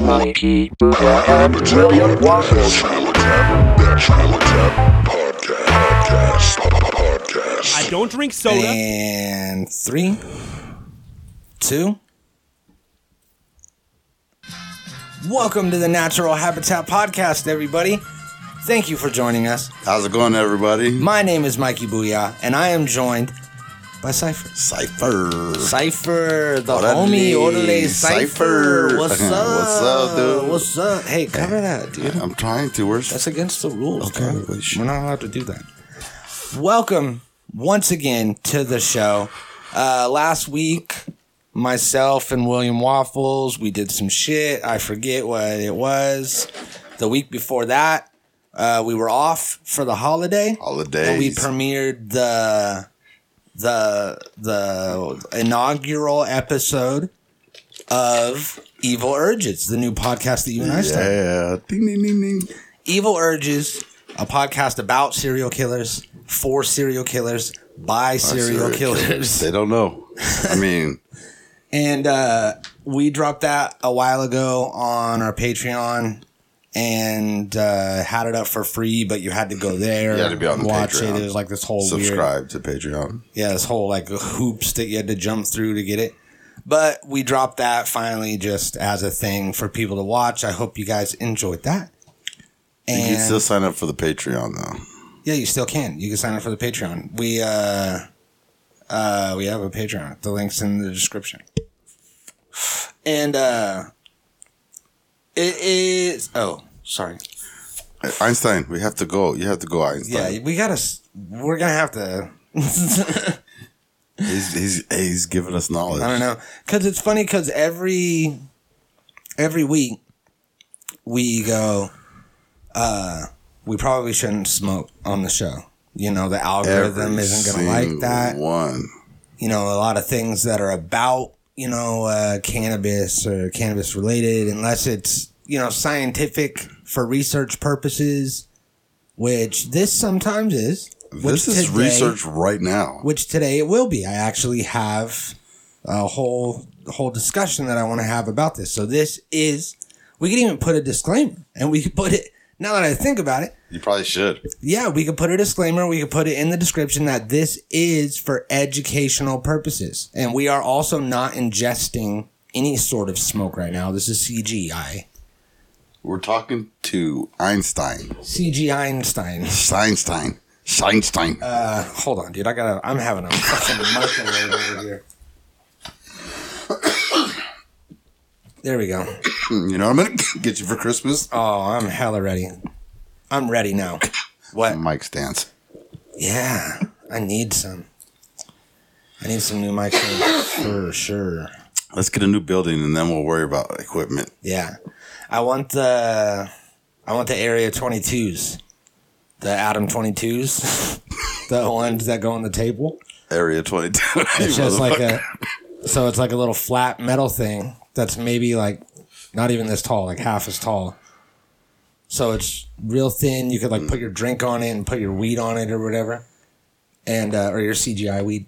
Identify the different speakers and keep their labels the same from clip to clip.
Speaker 1: Molly P. Buddha and William Waffles.
Speaker 2: I don't drink soda.
Speaker 3: And three, two. Welcome to the Natural Habitat Podcast, everybody. Thank you for joining us.
Speaker 4: How's it going, everybody?
Speaker 3: My name is Mikey Booyah, and I am joined by Cypher.
Speaker 4: Cypher.
Speaker 3: Cypher, the
Speaker 4: Orale.
Speaker 3: homie, Orale Cypher.
Speaker 4: Cypher.
Speaker 3: What's
Speaker 4: What's
Speaker 3: up?
Speaker 4: up, dude?
Speaker 3: What's up? Hey, cover that, dude.
Speaker 4: I'm trying to. Where's
Speaker 3: That's against the rules.
Speaker 4: Okay,
Speaker 3: bro.
Speaker 4: we should-
Speaker 3: We're not allowed to do that. Welcome once again to the show. Uh, last week, myself and William Waffles, we did some shit. I forget what it was. The week before that, uh, we were off for the holiday. And
Speaker 4: holidays?
Speaker 3: we premiered the the the inaugural episode of Evil Urges, the new podcast that you and I started.
Speaker 4: yeah. Ding, ding, ding, ding.
Speaker 3: Evil Urges, a podcast about serial killers, for serial killers, by serial, killers.
Speaker 4: They don't know. I mean,
Speaker 3: And uh, we dropped that a while ago on our Patreon and uh, had it up for free, but you had to go there.
Speaker 4: You had to be on the
Speaker 3: watch
Speaker 4: Patreon.
Speaker 3: it. It was like this whole weird
Speaker 4: subscribe to Patreon.
Speaker 3: yeah, this whole like hoops that you had to jump through to get it. But we dropped that finally just as a thing for people to watch. I hope you guys enjoyed that.
Speaker 4: You
Speaker 3: And
Speaker 4: can still sign up for the Patreon, though.
Speaker 3: yeah, you still can. You can sign up for the Patreon. We uh uh we have a Patreon. The link's in the description. And uh it is oh, sorry.
Speaker 4: Einstein, we have to go. You have to go, Einstein.
Speaker 3: Yeah, we got to we're going to have to
Speaker 4: He's, he's, he's giving us knowledge.
Speaker 3: I don't know because it's funny because every every week we go. uh We probably shouldn't smoke on the show. You know the algorithm
Speaker 4: Every
Speaker 3: isn't going to like
Speaker 4: single
Speaker 3: that.
Speaker 4: One.
Speaker 3: You know a lot of things that are about you know uh, cannabis or cannabis related, unless it's you know scientific for research purposes, which this sometimes is. which
Speaker 4: This is
Speaker 3: today-
Speaker 4: research right now.
Speaker 3: which today it will be. I actually have a whole whole discussion that I want to have about this. So this is we could even put a disclaimer and we could put it now that I think about it.
Speaker 4: You probably should.
Speaker 3: Yeah, we could put a disclaimer, we could put it in the description that this is for educational purposes. And we are also not ingesting any sort of smoke right now. This is CGI.
Speaker 4: We're talking to Einstein.
Speaker 3: CGI Einstein.
Speaker 4: Einstein. Einstein.
Speaker 3: Uh, Hold on, dude. I gotta. I'm having a fucking microwave over here. There we go.
Speaker 4: you know what I'm going to get you for Christmas?
Speaker 3: Oh, I'm hella ready. I'm ready now. What?
Speaker 4: Mic stands.
Speaker 3: Yeah, I need some. I need some new microphones for sure.
Speaker 4: Let's get a new building and then we'll worry about equipment.
Speaker 3: Yeah, I want the I want the Area 22s, the Atom 22s, the ones that go on the table.
Speaker 4: Area 22.
Speaker 3: It's just like a so it's like a little flat metal thing that's maybe like not even this tall, like half as tall. So it's real thin. You could like put your drink on it and put your weed on it or whatever, and uh, or your CGI weed.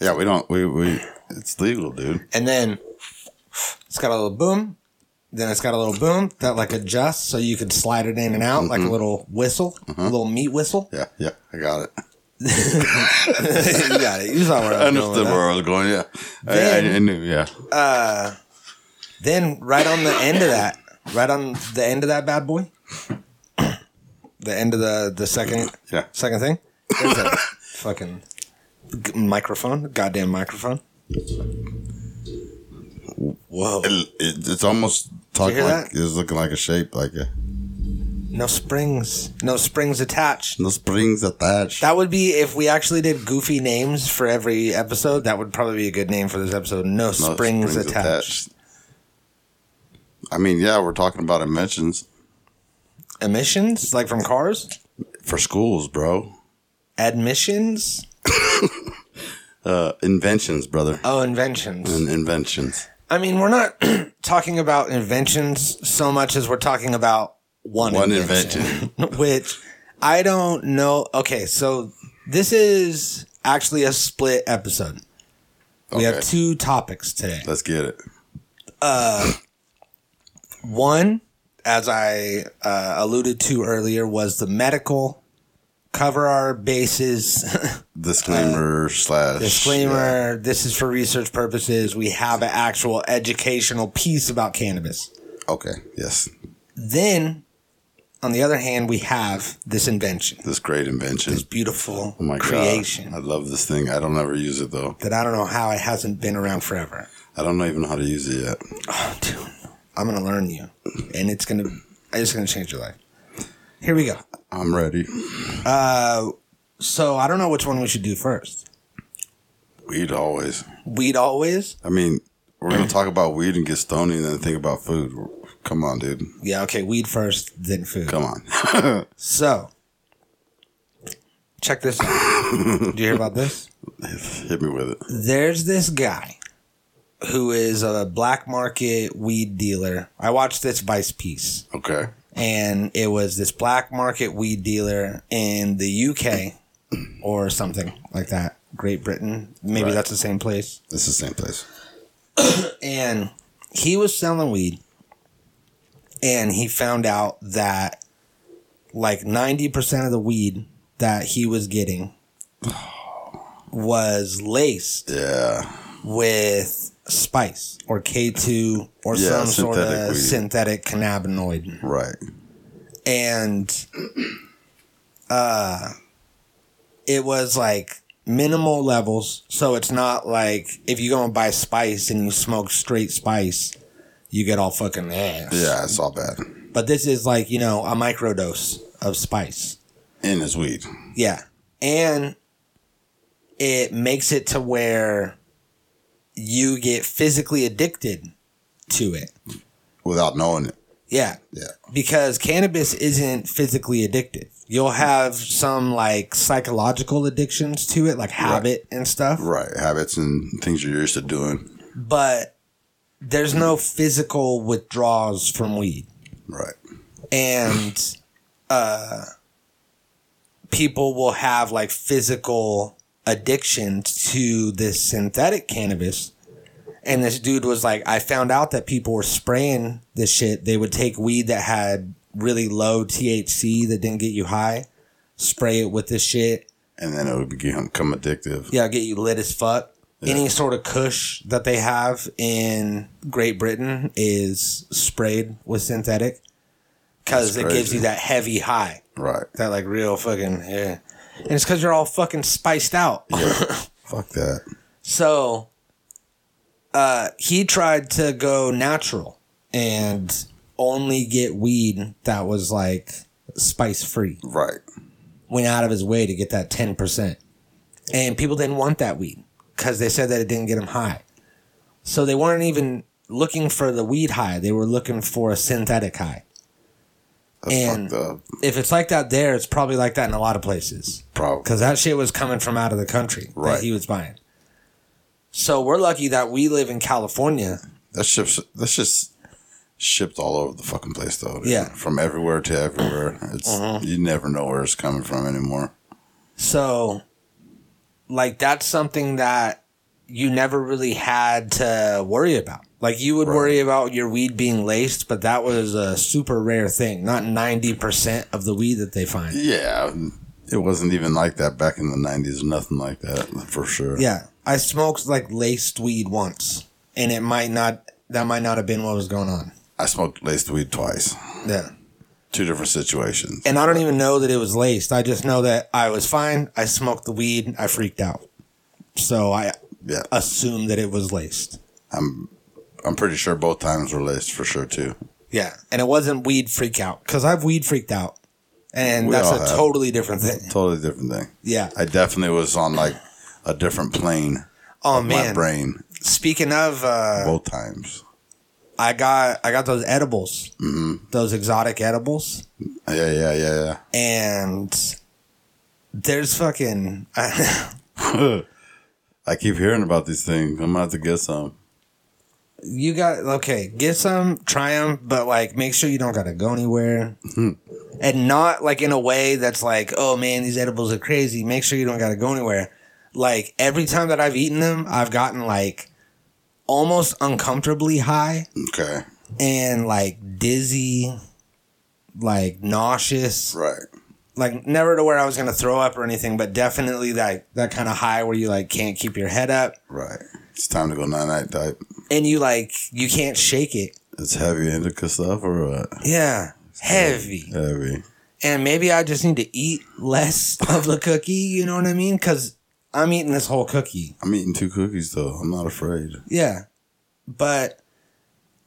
Speaker 4: Yeah, we don't. We, we It's legal, dude.
Speaker 3: And then it's got a little boom. Then it's got a little boom that like adjusts so you can slide it in and out like a little whistle, a little meat whistle.
Speaker 4: Mm-hmm. Uh-huh. Yeah, yeah. I got it.
Speaker 3: you got it. You saw where I
Speaker 4: I
Speaker 3: was going with
Speaker 4: understood
Speaker 3: that.
Speaker 4: where I was going. Yeah. I, I, I
Speaker 3: Then-
Speaker 4: knew. Yeah.
Speaker 3: Then right on the end of that, right on the end of that bad boy, the end of the the second
Speaker 4: Yeah.
Speaker 3: second thing, there's a fucking g- microphone, goddamn microphone. Whoa!
Speaker 4: It, it, it's almost talking
Speaker 3: hear
Speaker 4: like
Speaker 3: that?
Speaker 4: it's looking like a shape, like a,
Speaker 3: No springs, no springs attached.
Speaker 4: no springs attached.
Speaker 3: That would be if we actually did goofy names for every episode. That would probably be a good name for this episode. No,
Speaker 4: No
Speaker 3: springs, attached.
Speaker 4: I mean, yeah, we're talking about emissions
Speaker 3: Emissions, like from cars.
Speaker 4: for schools, bro.
Speaker 3: Admissions.
Speaker 4: Uh, inventions, brother.
Speaker 3: Oh, inventions.
Speaker 4: And inventions.
Speaker 3: I mean, we're not talking about inventions so much as we're talking about one,
Speaker 4: One
Speaker 3: invention, which I don't know. Okay, so this is actually a split episode. We have
Speaker 4: Okay.
Speaker 3: two topics today.
Speaker 4: Let's get it.
Speaker 3: One, as I uh, alluded to earlier, was the medical cover our bases
Speaker 4: Disclaimer slash
Speaker 3: Uh, disclaimer. This is for research purposes. We have an actual educational piece about cannabis.
Speaker 4: yeah. Okay. Yes.
Speaker 3: Then, on the other hand, we have this invention,
Speaker 4: This great invention.
Speaker 3: this beautiful
Speaker 4: oh my
Speaker 3: creation
Speaker 4: god. I love this thing. I don't ever use it though.
Speaker 3: that I don't know how it hasn't been around forever.
Speaker 4: I don't even know how to use it yet.
Speaker 3: Oh, dude, I'm gonna learn you, and it's gonna it's gonna change your life. Here we go.
Speaker 4: I'm ready.
Speaker 3: So I don't know which one we should do first.
Speaker 4: Weed always.
Speaker 3: Weed always.
Speaker 4: I mean, we're gonna talk about weed and get stony and then think about food. Come on, dude.
Speaker 3: Yeah. Okay. Weed first, then food.
Speaker 4: Come on.
Speaker 3: So, check this out. Did you hear about this?
Speaker 4: Hit me with it.
Speaker 3: There's this guy who is a black market weed dealer. I watched this Vice piece,
Speaker 4: Okay.
Speaker 3: and it was this black market weed dealer in the UK or something like that. Great Britain. Maybe
Speaker 4: Right.
Speaker 3: that's the same place.
Speaker 4: It's the same place.
Speaker 3: and he was selling weed and he found out that like 90% of the weed that he was getting was laced
Speaker 4: Yeah.
Speaker 3: with spice or K2 or
Speaker 4: Yeah,
Speaker 3: some sort
Speaker 4: synthetic
Speaker 3: of
Speaker 4: weed.
Speaker 3: synthetic cannabinoid.
Speaker 4: Right.
Speaker 3: And uh it was like minimal levels, so it's not like if you go and buy spice and you smoke straight spice, you get all fucking ass.
Speaker 4: Yeah, it's all bad.
Speaker 3: But this is like, you know, a microdose of spice.
Speaker 4: And it's weed.
Speaker 3: Yeah. And it makes it to where you get physically addicted to it.
Speaker 4: Without knowing it.
Speaker 3: Yeah.
Speaker 4: Yeah.
Speaker 3: Because cannabis isn't physically addictive. You'll have some like psychological addictions to it, like habit and stuff,
Speaker 4: Right. Habits and things you're used to doing.
Speaker 3: but there's no physical withdrawals from weed.
Speaker 4: Right.
Speaker 3: And uh people will have like physical addictions to this synthetic cannabis. And this dude was like, I found out that people were spraying this shit. They would take weed that had really low THC that didn't get you high, spray it with this shit.
Speaker 4: And then it would become become addictive.
Speaker 3: Yeah, get you lit as fuck. Any sort of kush that they have in Great Britain is sprayed with synthetic because
Speaker 4: That's
Speaker 3: it gives
Speaker 4: crazy.
Speaker 3: you that heavy high,
Speaker 4: Right.
Speaker 3: that like real fucking, yeah. And it's because you're all fucking spiced out.
Speaker 4: Fuck that.
Speaker 3: So uh, he tried to go natural and only get weed that was like spice free.
Speaker 4: Right.
Speaker 3: Went out of his way to get that 10%. And people didn't want that weed because they said that it didn't get them high. So they weren't even looking for the weed high, they were looking for a synthetic high.
Speaker 4: That's
Speaker 3: And-
Speaker 4: fucked up.
Speaker 3: If it's like that there, it's probably like that in a lot of places.
Speaker 4: Probably.
Speaker 3: because that shit was coming from out of the country
Speaker 4: Oh. Right.
Speaker 3: that he was buying. So we're lucky that we live in California.
Speaker 4: That ships that's just shipped all over the fucking place though. dude.
Speaker 3: Yeah. Mm-hmm.
Speaker 4: From everywhere to everywhere. It's you never know where it's coming from anymore.
Speaker 3: So, like, that's something that you never really had to worry about. Like, you would worry about your weed being laced, but that was a super rare thing. Not 90% of the weed that they find.
Speaker 4: Yeah. It wasn't even like that back in the nineties, nothing like that for sure.
Speaker 3: Yeah. I smoked like laced weed once, and it might not, that might not have been what was going on.
Speaker 4: I smoked laced weed twice.
Speaker 3: Yeah.
Speaker 4: Two different situations.
Speaker 3: and I don't even know that it was laced. I just know that I was fine. I smoked the weed. I freaked out. So I
Speaker 4: Yeah.
Speaker 3: assumed that it was laced.
Speaker 4: I'm pretty sure both times were laced for sure too.
Speaker 3: Yeah. And it wasn't weed freak out because I've weed freaked out. And
Speaker 4: We
Speaker 3: that's
Speaker 4: all
Speaker 3: a
Speaker 4: have.
Speaker 3: totally different thing.
Speaker 4: Totally different thing.
Speaker 3: Yeah.
Speaker 4: I definitely was on like a different plane.
Speaker 3: Oh
Speaker 4: My
Speaker 3: man.
Speaker 4: brain
Speaker 3: Speaking of, uh,
Speaker 4: both times.
Speaker 3: I got I got those edibles, those exotic edibles,
Speaker 4: Yeah, yeah, yeah, yeah.
Speaker 3: and there's fucking
Speaker 4: I keep hearing about these things. I'm gonna have to get some.
Speaker 3: you got okay get some try them but like make sure you don't gotta go anywhere and not like in a way that's like oh man these edibles are crazy make sure you don't gotta go anywhere like every time that i've eaten them i've gotten like almost uncomfortably high
Speaker 4: Okay.
Speaker 3: and like dizzy, like nauseous,
Speaker 4: Right.
Speaker 3: like never to where I was gonna throw up or anything, but definitely like that kind of high where you like can't keep your head up
Speaker 4: Right. It's time to go night night type.
Speaker 3: and you like you can't shake it.
Speaker 4: It's heavy indica stuff or what?
Speaker 3: Yeah, heavy.
Speaker 4: Heavy.
Speaker 3: And maybe I just need to eat less of the cookie. You know what I mean? Because I'm eating this whole cookie.
Speaker 4: I'm eating two cookies though. I'm not afraid.
Speaker 3: Yeah. But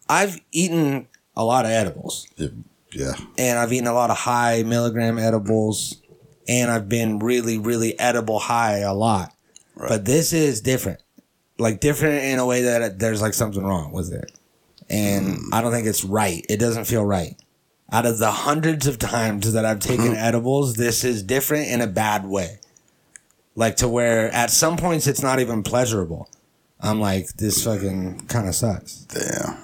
Speaker 3: I've eaten a lot of edibles
Speaker 4: Yeah. yeah.
Speaker 3: and I've eaten a lot of high milligram edibles and I've been really, really edible high a lot. But this is different. Like different in a way that there's like something wrong with it. And I don't think it's right. It doesn't feel right. Out of the hundreds of times that I've taken edibles, this is different in a bad way. Like to where at some points it's not even pleasurable. I'm like, this fucking kind of sucks.
Speaker 4: Damn.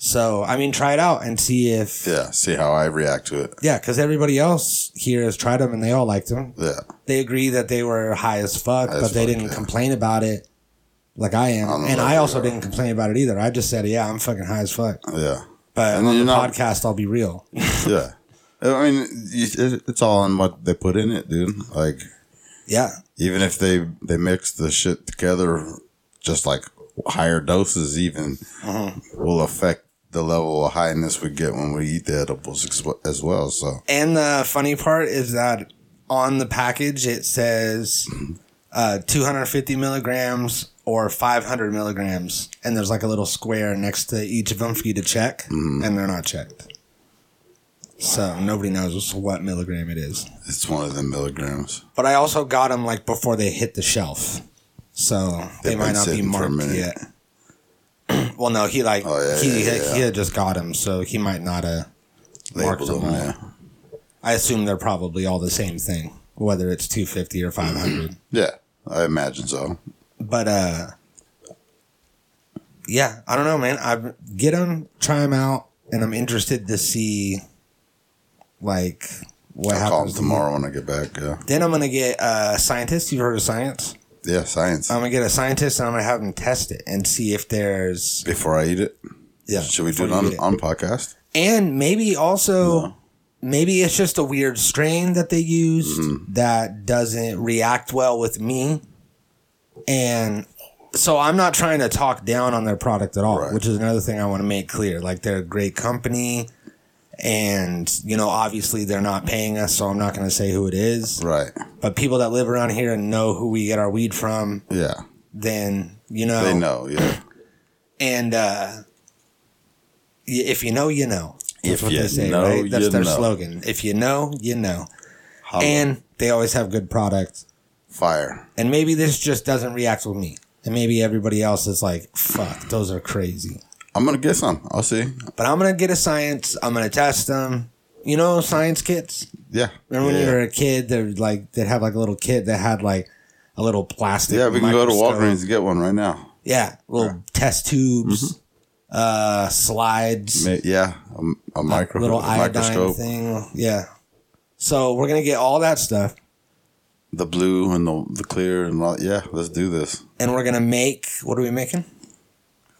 Speaker 3: So, I mean, try it out and see if
Speaker 4: Yeah. See how I react to it.
Speaker 3: yeah, because everybody else here has tried them and they all liked them.
Speaker 4: Yeah.
Speaker 3: They agree that they were high as fuck,
Speaker 4: High as
Speaker 3: but they
Speaker 4: fuck,
Speaker 3: didn't
Speaker 4: yeah.
Speaker 3: complain about it like I am.
Speaker 4: I'm
Speaker 3: and
Speaker 4: not
Speaker 3: I also
Speaker 4: sure.
Speaker 3: didn't complain about it either. I just said, yeah, I'm fucking high as fuck.
Speaker 4: Yeah.
Speaker 3: But
Speaker 4: And
Speaker 3: on
Speaker 4: you're
Speaker 3: the
Speaker 4: not-
Speaker 3: podcast, I'll be real.
Speaker 4: Yeah. I mean, it- it- it's all on what they put in it, dude. Like,
Speaker 3: yeah.
Speaker 4: even if they they mix the shit together, just like higher doses, even
Speaker 3: Uh-huh.
Speaker 4: will affect the level of highness we get when we eat the edibles as we- as well. So
Speaker 3: And the funny part is that on the package, it says uh, 250 milligrams or 500 milligrams. And there's like a little square next to each of them for you to check,
Speaker 4: Mm-hmm.
Speaker 3: and they're not checked. So nobody knows what milligram it is.
Speaker 4: it's one of the milligrams.
Speaker 3: But I also got them like before they hit the shelf, so they
Speaker 4: They've
Speaker 3: might
Speaker 4: been
Speaker 3: not be
Speaker 4: sitting for a
Speaker 3: marked
Speaker 4: minute.
Speaker 3: yet. well, no, he like
Speaker 4: Oh, yeah,
Speaker 3: he
Speaker 4: yeah, yeah.
Speaker 3: he had just got them, so he might not. Uh, Mark
Speaker 4: Labeled
Speaker 3: them
Speaker 4: them, yeah.
Speaker 3: I assume they're probably all the same thing, whether it's two fifty or five hundred.
Speaker 4: Yeah, I imagine so.
Speaker 3: but uh, yeah, I don't know, man. I get them, try them out, and I'm interested to see like what
Speaker 4: I'll call
Speaker 3: happens
Speaker 4: them
Speaker 3: to me.
Speaker 4: tomorrow when I get back. Yeah,
Speaker 3: Then I'm gonna get a scientist. You've heard of science?
Speaker 4: yeah, science.
Speaker 3: I'm gonna get a scientist and I'm gonna have them test it and see if there's
Speaker 4: Before I eat it,
Speaker 3: yeah.
Speaker 4: should we do
Speaker 3: before
Speaker 4: it
Speaker 3: you
Speaker 4: on
Speaker 3: eat
Speaker 4: on podcast?
Speaker 3: And maybe also, maybe it's just a weird strain that they used
Speaker 4: Mm-hmm.
Speaker 3: that doesn't react well with me, and so I'm not trying to talk down on their product at all,
Speaker 4: Right.
Speaker 3: which is another thing I want to make clear. Like they're a great company. And you know, obviously they're not paying us, so I'm not going to say who it is.
Speaker 4: Right.
Speaker 3: But people that live around here and know who we get our weed from,
Speaker 4: Yeah,
Speaker 3: then you know
Speaker 4: they know. Yeah,
Speaker 3: and uh, y- if you know, you know. That's
Speaker 4: If
Speaker 3: what
Speaker 4: you
Speaker 3: they say,
Speaker 4: know,
Speaker 3: right? That's
Speaker 4: you
Speaker 3: their
Speaker 4: know.
Speaker 3: slogan. If you know, you know.
Speaker 4: Holla.
Speaker 3: And they always have good products.
Speaker 4: fire.
Speaker 3: And maybe this just doesn't react with me. And maybe everybody else is like, fuck, those are crazy.
Speaker 4: I'm gonna get some. I'll see.
Speaker 3: But I'm going to get a science. I'm going to test them. You know, science kits?
Speaker 4: Yeah.
Speaker 3: Remember when
Speaker 4: yeah.
Speaker 3: you were a kid, they're like, they'd have like a little kit that had like a little plastic.
Speaker 4: yeah, we can go to
Speaker 3: microscope.
Speaker 4: Walgreens and get one right now.
Speaker 3: Yeah, little test tubes,
Speaker 4: Mm-hmm.
Speaker 3: uh, slides.
Speaker 4: Ma- Yeah, a, a micro,
Speaker 3: little iodine
Speaker 4: microscope,
Speaker 3: thing. Yeah. So we're gonna get all that stuff,
Speaker 4: the blue and the, the clear and all, yeah. Let's do this.
Speaker 3: and we're gonna make. What are we making?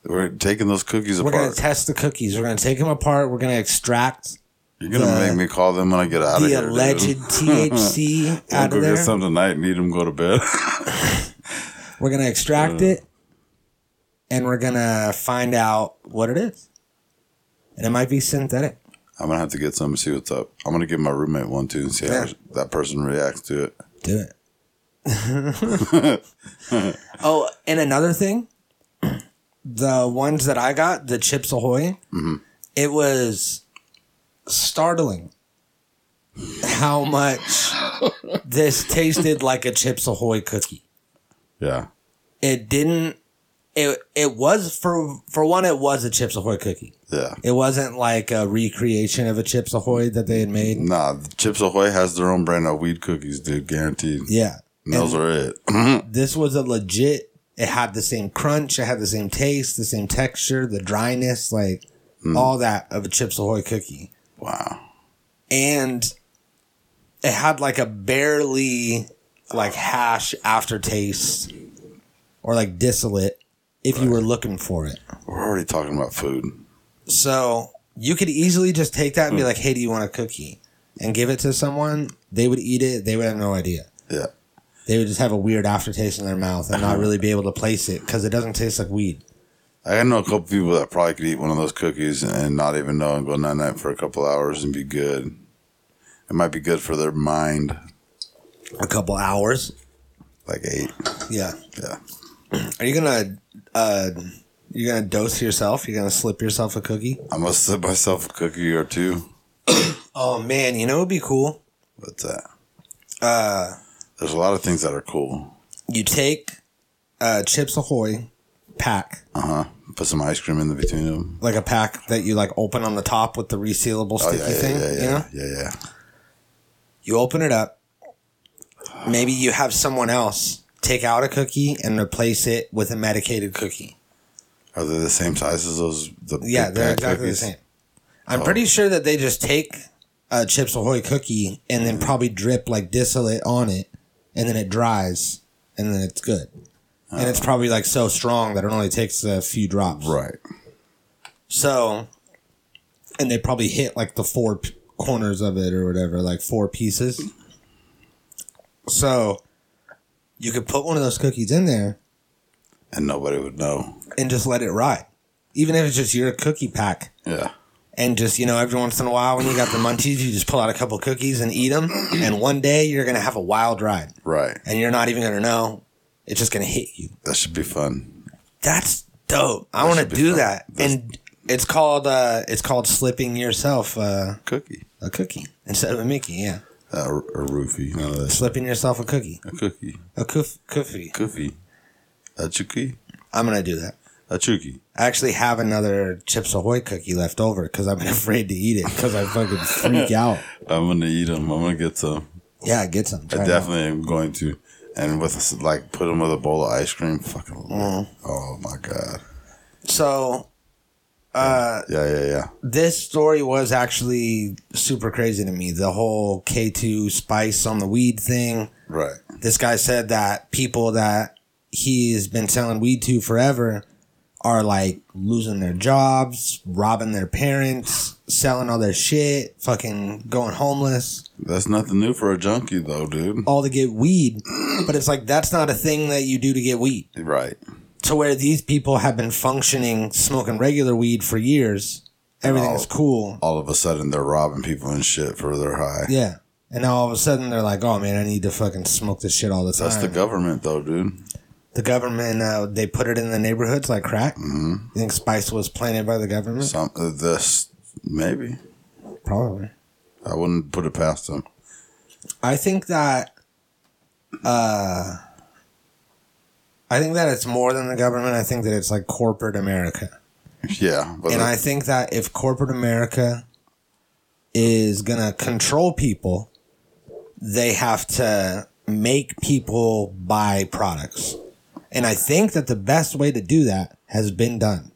Speaker 4: We're taking those cookies
Speaker 3: We're gonna
Speaker 4: apart.
Speaker 3: test the cookies. We're gonna take them apart. We're gonna extract
Speaker 4: You're gonna
Speaker 3: the-
Speaker 4: make me call them when I get out of
Speaker 3: the
Speaker 4: here. dude.
Speaker 3: alleged THC
Speaker 4: I'll
Speaker 3: out
Speaker 4: go
Speaker 3: of there.
Speaker 4: get some tonight and eat them. Go to bed.
Speaker 3: We're gonna extract
Speaker 4: Uh.
Speaker 3: it, and we're gonna find out what it is. And it might be synthetic.
Speaker 4: I'm gonna have to get some and see what's up. I'm gonna give my roommate one too and see how
Speaker 3: Yeah.
Speaker 4: that person reacts to it.
Speaker 3: Do it. oh, and another thing, the ones that I got, the Chips Ahoy, it was startling how much this tasted like a Chips Ahoy cookie.
Speaker 4: Yeah,
Speaker 3: It didn't. It it was for for one. It was a Chips Ahoy cookie.
Speaker 4: yeah.
Speaker 3: It wasn't like a recreation of a Chips Ahoy that they had made.
Speaker 4: Nah, the Chips Ahoy has their own brand of weed cookies, dude. Guaranteed.
Speaker 3: Yeah,
Speaker 4: And those are it.
Speaker 3: this was a legit it had the same crunch it had the same taste the same texture the dryness like all that of a chips ahoy cookie
Speaker 4: wow.
Speaker 3: and it had like a barely like hash aftertaste or like distillate if you were looking for it
Speaker 4: We're already talking about food.
Speaker 3: So you could easily just take that and be like, "Hey, do you want a cookie?" and give it to someone. They would eat it. They would have no idea.
Speaker 4: Yeah.
Speaker 3: They would just have a weird aftertaste in their mouth and not really be able to place it because it doesn't taste like weed.
Speaker 4: I know a couple people that probably could eat one of those cookies and not even know and go night night for a couple hours and be good. It might be good for their mind,
Speaker 3: A couple hours.
Speaker 4: like eight.
Speaker 3: Yeah.
Speaker 4: Yeah.
Speaker 3: Are you gonna? Uh, you're gonna dose yourself. You're gonna slip yourself a cookie.
Speaker 4: I must slip myself a cookie or two.
Speaker 3: Oh man, you know it would be cool.
Speaker 4: What's that? Uh,
Speaker 3: Uh,
Speaker 4: There's a lot of things that are cool.
Speaker 3: You take uh, Chips Ahoy pack,
Speaker 4: Uh huh. Put some ice cream in the between them.
Speaker 3: like a pack that you like open on the top with the resealable
Speaker 4: Oh
Speaker 3: sticky
Speaker 4: yeah, yeah,
Speaker 3: thing.
Speaker 4: yeah, yeah,
Speaker 3: You know,
Speaker 4: yeah, yeah.
Speaker 3: you open it up. Maybe you have someone else take out a cookie and replace it with a medicated cookie.
Speaker 4: Are they the same size as those? The
Speaker 3: Yeah,
Speaker 4: big
Speaker 3: they're
Speaker 4: pack
Speaker 3: exactly
Speaker 4: cookies? Oh.
Speaker 3: the same. I'm pretty sure that they just take a Chips Ahoy cookie and
Speaker 4: Mm.
Speaker 3: then probably drip like distillate on it, and then it dries, and then it's good. And it's probably like so strong that it only takes a few drops.
Speaker 4: Oh. Right.
Speaker 3: So, and they probably hit like the four p- corners of it or whatever, like four pieces. So, you could put one of those cookies in there
Speaker 4: And nobody would know.
Speaker 3: and just let it ride, even if it's just your cookie pack.
Speaker 4: Yeah.
Speaker 3: and just you know every once in a while when you got the munchies you just pull out a couple cookies and eat them and one day you're gonna have a wild ride
Speaker 4: Right.
Speaker 3: and you're not even gonna know it's just gonna hit you
Speaker 4: That should be fun.
Speaker 3: that's dope i want to
Speaker 4: should be
Speaker 3: do
Speaker 4: fun.
Speaker 3: that
Speaker 4: That's-
Speaker 3: and it's called uh it's called slipping yourself uh,
Speaker 4: Cookie.
Speaker 3: a cookie instead of a mickey yeah
Speaker 4: Uh, a roofie. No, that's
Speaker 3: slipping yourself a cookie
Speaker 4: a cookie.
Speaker 3: a coof cookie
Speaker 4: Goofy. A chuki.
Speaker 3: i'm gonna do that
Speaker 4: A chuki.
Speaker 3: I actually have another Chips Ahoy cookie left over because I'm afraid to eat it because I fucking freak out.
Speaker 4: I'm gonna eat them. I'm gonna get some.
Speaker 3: Yeah, get some. Try 'em
Speaker 4: I
Speaker 3: out.
Speaker 4: definitely am going to. And with like put them with a bowl of ice cream. Fucking.
Speaker 3: Mm.
Speaker 4: Oh my god.
Speaker 3: So Uh,
Speaker 4: Yeah, yeah, yeah.
Speaker 3: this story was actually super crazy to me. The whole K2 spice on the weed thing.
Speaker 4: Right.
Speaker 3: This guy said that people that he's been selling weed to forever are like losing their jobs, robbing their parents, selling all their shit, fucking going homeless,
Speaker 4: That's nothing new for a junkie though, dude.
Speaker 3: all to get weed. But it's like, that's not a thing that you do to get weed.
Speaker 4: Right.
Speaker 3: To where these people have been functioning, smoking regular weed for years. Everything's cool.
Speaker 4: All of a sudden they're robbing people and shit for their high.
Speaker 3: Yeah. And now all of a sudden they're like, oh man, I need to fucking smoke this shit all the time.
Speaker 4: That's the government though, dude.
Speaker 3: The government, uh, they put it in the neighborhoods like crack. Mm-hmm. You think spice was planted by the government?
Speaker 4: Some uh, this maybe.
Speaker 3: Probably.
Speaker 4: I wouldn't put it past them.
Speaker 3: I think that, uh, I think that it's more than the government. I think that it's like corporate America.
Speaker 4: Yeah, but
Speaker 3: And I think that if corporate America is going to control people, they have to make people buy products. And I think that the best way to do that has been done.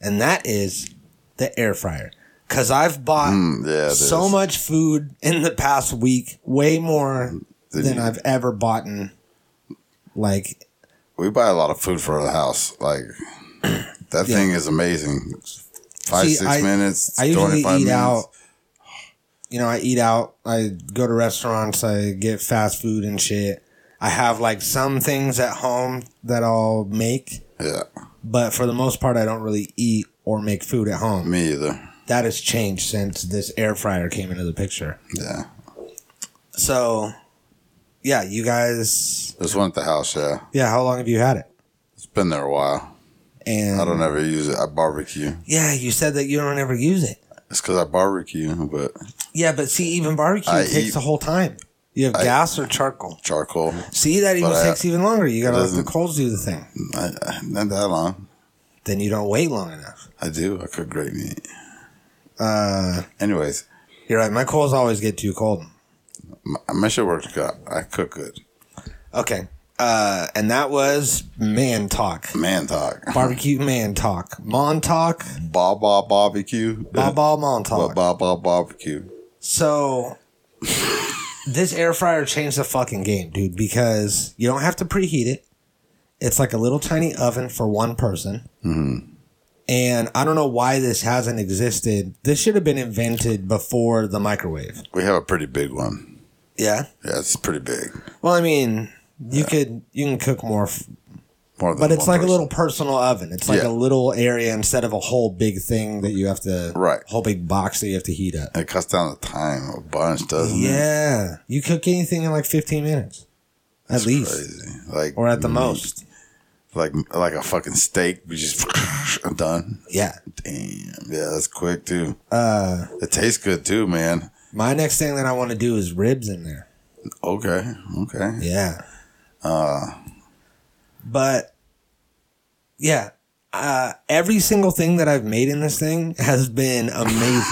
Speaker 3: And that is the air fryer. Cause I've bought
Speaker 4: yeah, it
Speaker 3: so
Speaker 4: Mm, is.
Speaker 3: much food in the past week, way more
Speaker 4: Did
Speaker 3: than
Speaker 4: you-
Speaker 3: I've ever bought. in, Like,
Speaker 4: we buy a lot of food for the house. Like that thing is amazing. Five
Speaker 3: See,
Speaker 4: six
Speaker 3: I-
Speaker 4: minutes.
Speaker 3: I usually eat
Speaker 4: 25 minutes.
Speaker 3: out. You know, I eat out. I go to restaurants. I get fast food and shit. I have like some things at home that I'll make,
Speaker 4: Yeah,
Speaker 3: but for the most part, I don't really eat or make food at home.
Speaker 4: me either.
Speaker 3: That has changed since this air fryer came into the picture.
Speaker 4: Yeah,
Speaker 3: So, yeah, you guys.
Speaker 4: there's one at the house. Yeah,
Speaker 3: Yeah, how long have you had it?
Speaker 4: it's been there a while.
Speaker 3: And
Speaker 4: I don't ever use it. I barbecue.
Speaker 3: Yeah, you said that you don't ever use it.
Speaker 4: It's because I barbecue, but
Speaker 3: Yeah, but see, even barbecue
Speaker 4: I
Speaker 3: takes
Speaker 4: eat-
Speaker 3: the whole time. You have gas or charcoal.
Speaker 4: charcoal.
Speaker 3: See, that even
Speaker 4: But I-
Speaker 3: takes even longer. You gotta let the
Speaker 4: doesn't-
Speaker 3: coals do the thing.
Speaker 4: I, I, not that long.
Speaker 3: Then you don't wait long enough.
Speaker 4: I do. I cook great meat. Uh. Anyways,
Speaker 3: You're right. My coals always get too cold.
Speaker 4: my, my shit works good. I cook good.
Speaker 3: Okay. Uh, and that was man talk,
Speaker 4: Man talk.
Speaker 3: barbecue man talk, mon talk,
Speaker 4: Ba ba barbecue.
Speaker 3: ba ba mon
Speaker 4: Ba
Speaker 3: talk.
Speaker 4: ba ba barbecue.
Speaker 3: So this air fryer changed the fucking game, dude, because
Speaker 4: Mm-hmm.
Speaker 3: you don't have to preheat it. It's like a little tiny oven for one person. And I don't know why this hasn't existed. This should have been invented before the microwave.
Speaker 4: We have a pretty big one.
Speaker 3: Yeah.
Speaker 4: Yeah, it's pretty big.
Speaker 3: Well, I mean, you could you can cook more, f-
Speaker 4: More than
Speaker 3: but it's
Speaker 4: one
Speaker 3: like
Speaker 4: person.
Speaker 3: a little personal oven. It's like
Speaker 4: Yeah.
Speaker 3: a little area instead of a whole big thing that you have to
Speaker 4: Right.
Speaker 3: whole big box that you have to heat up.
Speaker 4: It cuts down the time a bunch, doesn't it?
Speaker 3: Yeah, you cook anything in like 15 minutes, at least,
Speaker 4: Crazy. Like
Speaker 3: or at the
Speaker 4: mm,
Speaker 3: most.
Speaker 4: like like a fucking steak. We just I'm done.
Speaker 3: Yeah.
Speaker 4: Damn, yeah, that's quick too. Uh, it tastes good too, man.
Speaker 3: My next thing that I want to do is ribs in there.
Speaker 4: Okay, okay.
Speaker 3: Yeah. Uh. But yeah, uh, every single thing that I've made in this thing has been amazing.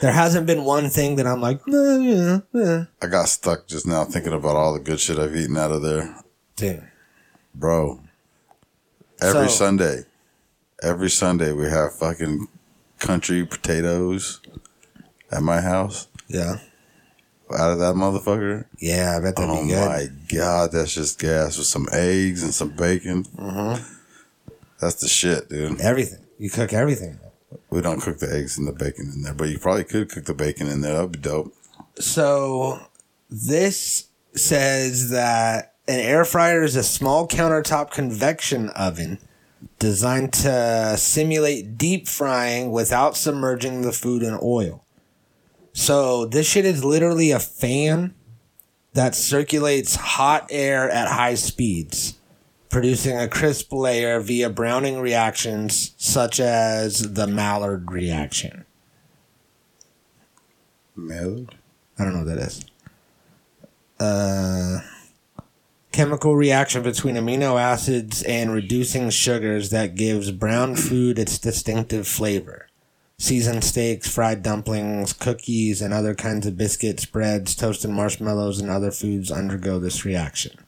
Speaker 3: there hasn't been one thing that I'm like, "Nah, yeah, yeah."
Speaker 4: I got stuck just now thinking about all the good shit I've eaten out of there,
Speaker 3: dude.
Speaker 4: bro. Every
Speaker 3: So-
Speaker 4: Sunday, every Sunday we have fucking country potatoes at my house.
Speaker 3: Yeah.
Speaker 4: Out of that motherfucker.
Speaker 3: Yeah, I bet that'd
Speaker 4: Oh
Speaker 3: be good.
Speaker 4: my god, that's just gas with some eggs and some bacon. Mm-hmm. That's the shit, dude.
Speaker 3: Everything. You cook everything.
Speaker 4: We don't cook the eggs and the bacon in there, but you probably could cook the bacon in there. That'd be dope.
Speaker 3: So this says that an air fryer is a small countertop convection oven designed to simulate deep frying without submerging the food in oil. So this shit is literally a fan that circulates hot air at high speeds, producing a crisp layer via browning reactions such as the Maillard reaction.
Speaker 4: Millard?
Speaker 3: I don't know what that is. Uh, chemical reaction between amino acids and reducing sugars that gives brown food its distinctive flavor. Seasoned steaks, fried dumplings, cookies, and other kinds of biscuits, breads, toasted marshmallows, and other foods undergo this reaction.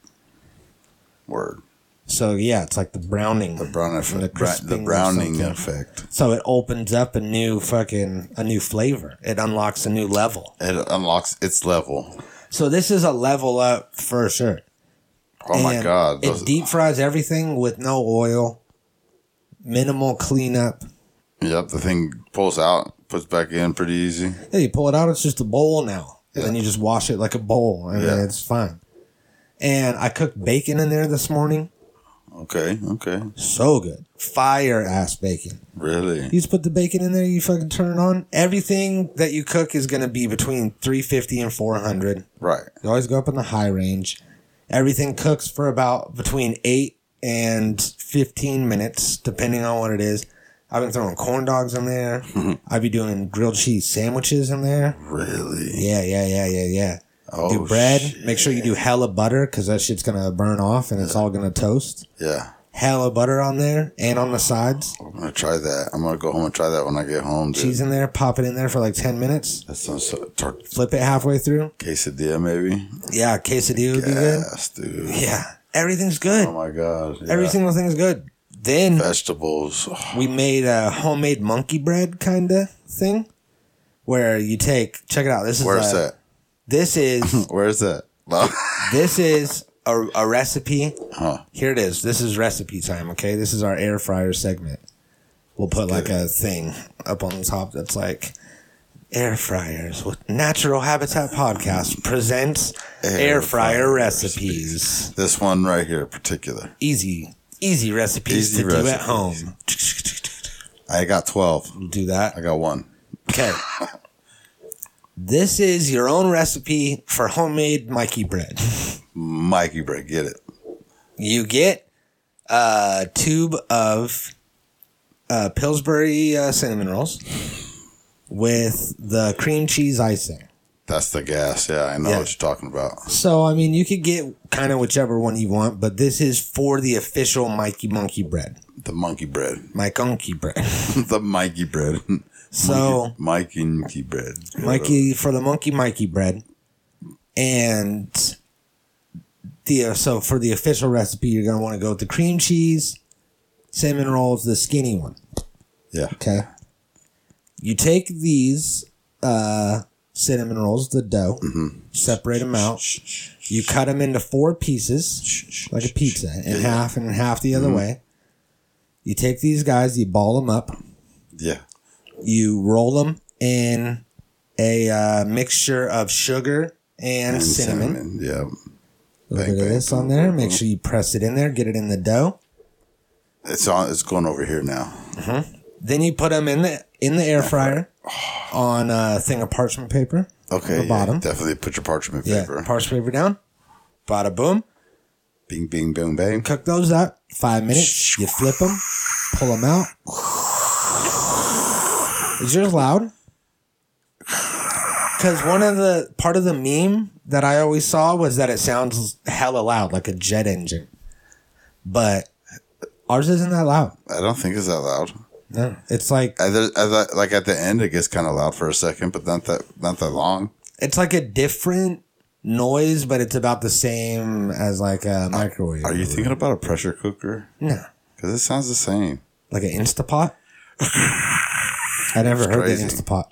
Speaker 4: Word.
Speaker 3: So yeah, it's like the browning.
Speaker 4: The brown
Speaker 3: from
Speaker 4: effect. Bra-
Speaker 3: crisping
Speaker 4: The,
Speaker 3: or
Speaker 4: browning
Speaker 3: something.
Speaker 4: effect.
Speaker 3: So it opens up a new fucking a new flavor. It unlocks a new level.
Speaker 4: It unlocks its level.
Speaker 3: So this is a level up for sure.
Speaker 4: Oh my
Speaker 3: And
Speaker 4: god. those-
Speaker 3: It deep fries everything with no oil, minimal cleanup.
Speaker 4: yep, the thing pulls out, puts back in pretty easy.
Speaker 3: Yeah, you pull it out, it's just a bowl now. And then you just wash it like a bowl and
Speaker 4: Yeah.
Speaker 3: it's fine. And I cooked bacon in there this morning.
Speaker 4: Okay, okay.
Speaker 3: So good. Fire ass bacon.
Speaker 4: Really?
Speaker 3: You just put the bacon in there, you fucking turn it on. Everything that you cook is gonna be between three fifty and four hundred.
Speaker 4: Right.
Speaker 3: They always go up in the high range. Everything cooks for about between eight and fifteen minutes, depending on what it is. I've been throwing corn dogs in there. I'd be doing grilled cheese sandwiches in there.
Speaker 4: Really?
Speaker 3: Yeah, yeah, yeah, yeah, yeah.
Speaker 4: Oh,
Speaker 3: do bread.
Speaker 4: shit.
Speaker 3: Make sure you do hella butter because that shit's gonna burn off and it's all gonna toast.
Speaker 4: Yeah.
Speaker 3: Hella butter on there and on the sides.
Speaker 4: I'm gonna try that. I'm gonna go home and try that when I get home, dude.
Speaker 3: Cheese in there. Pop it in there for like ten minutes.
Speaker 4: That sounds so tar-
Speaker 3: Flip it halfway through.
Speaker 4: quesadilla maybe.
Speaker 3: Yeah, quesadilla would be good.
Speaker 4: Yes, dude.
Speaker 3: Yeah, everything's good.
Speaker 4: Oh my god. Yeah.
Speaker 3: Every single thing's good. Then
Speaker 4: vegetables. Oh,
Speaker 3: we made a homemade monkey bread kind of thing where you take check it out this is
Speaker 4: where's
Speaker 3: a-
Speaker 4: that?
Speaker 3: this is
Speaker 4: Where's that? No.
Speaker 3: this is a, a recipe
Speaker 4: Huh.
Speaker 3: here it is this is recipe time okay this is our air fryer segment we'll put like a thing up on the top that's like air fryers with natural habitat podcast presents air,
Speaker 4: Air
Speaker 3: fryer,
Speaker 4: fryer
Speaker 3: recipes.
Speaker 4: this one right here in particular.
Speaker 3: easy easy recipes
Speaker 4: Easy
Speaker 3: to do at
Speaker 4: recipes.
Speaker 3: home
Speaker 4: I got 12.
Speaker 3: do that
Speaker 4: I got one.
Speaker 3: Okay. this is your own recipe for homemade Mikey bread.
Speaker 4: Mikey bread, get it.
Speaker 3: You get a tube of uh, Pillsbury uh, cinnamon rolls with the cream cheese icing.
Speaker 4: That's the gas. Yeah, I know
Speaker 3: Yeah.
Speaker 4: what you're talking about.
Speaker 3: So, I mean, you could get kind of whichever one you want, but this is for the official Mikey Monkey bread.
Speaker 4: The monkey bread.
Speaker 3: Mike Monkey bread.
Speaker 4: the Mikey bread.
Speaker 3: So,
Speaker 4: Mikey monkey bread.
Speaker 3: Mikey for the monkey Mikey bread, and the uh, so for the official recipe you're gonna want to go with the cream cheese, cinnamon rolls, the skinny one.
Speaker 4: Yeah.
Speaker 3: Okay. You take these uh, cinnamon rolls, the dough, separate them out. You cut them into four pieces, like a pizza, in half and half the other way. You take these guys, you ball them up,
Speaker 4: Yeah.
Speaker 3: you roll them in a uh, mixture of sugar and, cinnamon.
Speaker 4: Yeah.
Speaker 3: A little
Speaker 4: Bang,
Speaker 3: bit of
Speaker 4: bang,
Speaker 3: this on there. Make sure you press it in there. Get it in the dough.
Speaker 4: It's on. It's going over here now.
Speaker 3: Then you put them in the in the air fryer on uh, a thing of parchment paper.
Speaker 4: Okay.
Speaker 3: The
Speaker 4: yeah,
Speaker 3: bottom.
Speaker 4: Definitely put your parchment
Speaker 3: Yeah,
Speaker 4: paper.
Speaker 3: parchment paper down. Bada boom.
Speaker 4: bing, bing, boom, bang.
Speaker 3: Cook those up. Five minutes. You flip them. Pull them out. Is yours loud? Because one of the part of the meme that I always saw was that it sounds hella loud, like a jet engine. But ours isn't that loud.
Speaker 4: I don't think it's that loud.
Speaker 3: No, it's like
Speaker 4: I, there- I thought, like at the end, it gets kind of loud for a second, but not that not that long.
Speaker 3: it's like a different noise, but it's about the same as like a microwave.
Speaker 4: Are you thinking about a pressure cooker?
Speaker 3: No.
Speaker 4: Because it sounds the same.
Speaker 3: Like an Instapot? I never heard
Speaker 4: crazy.
Speaker 3: the Instapot.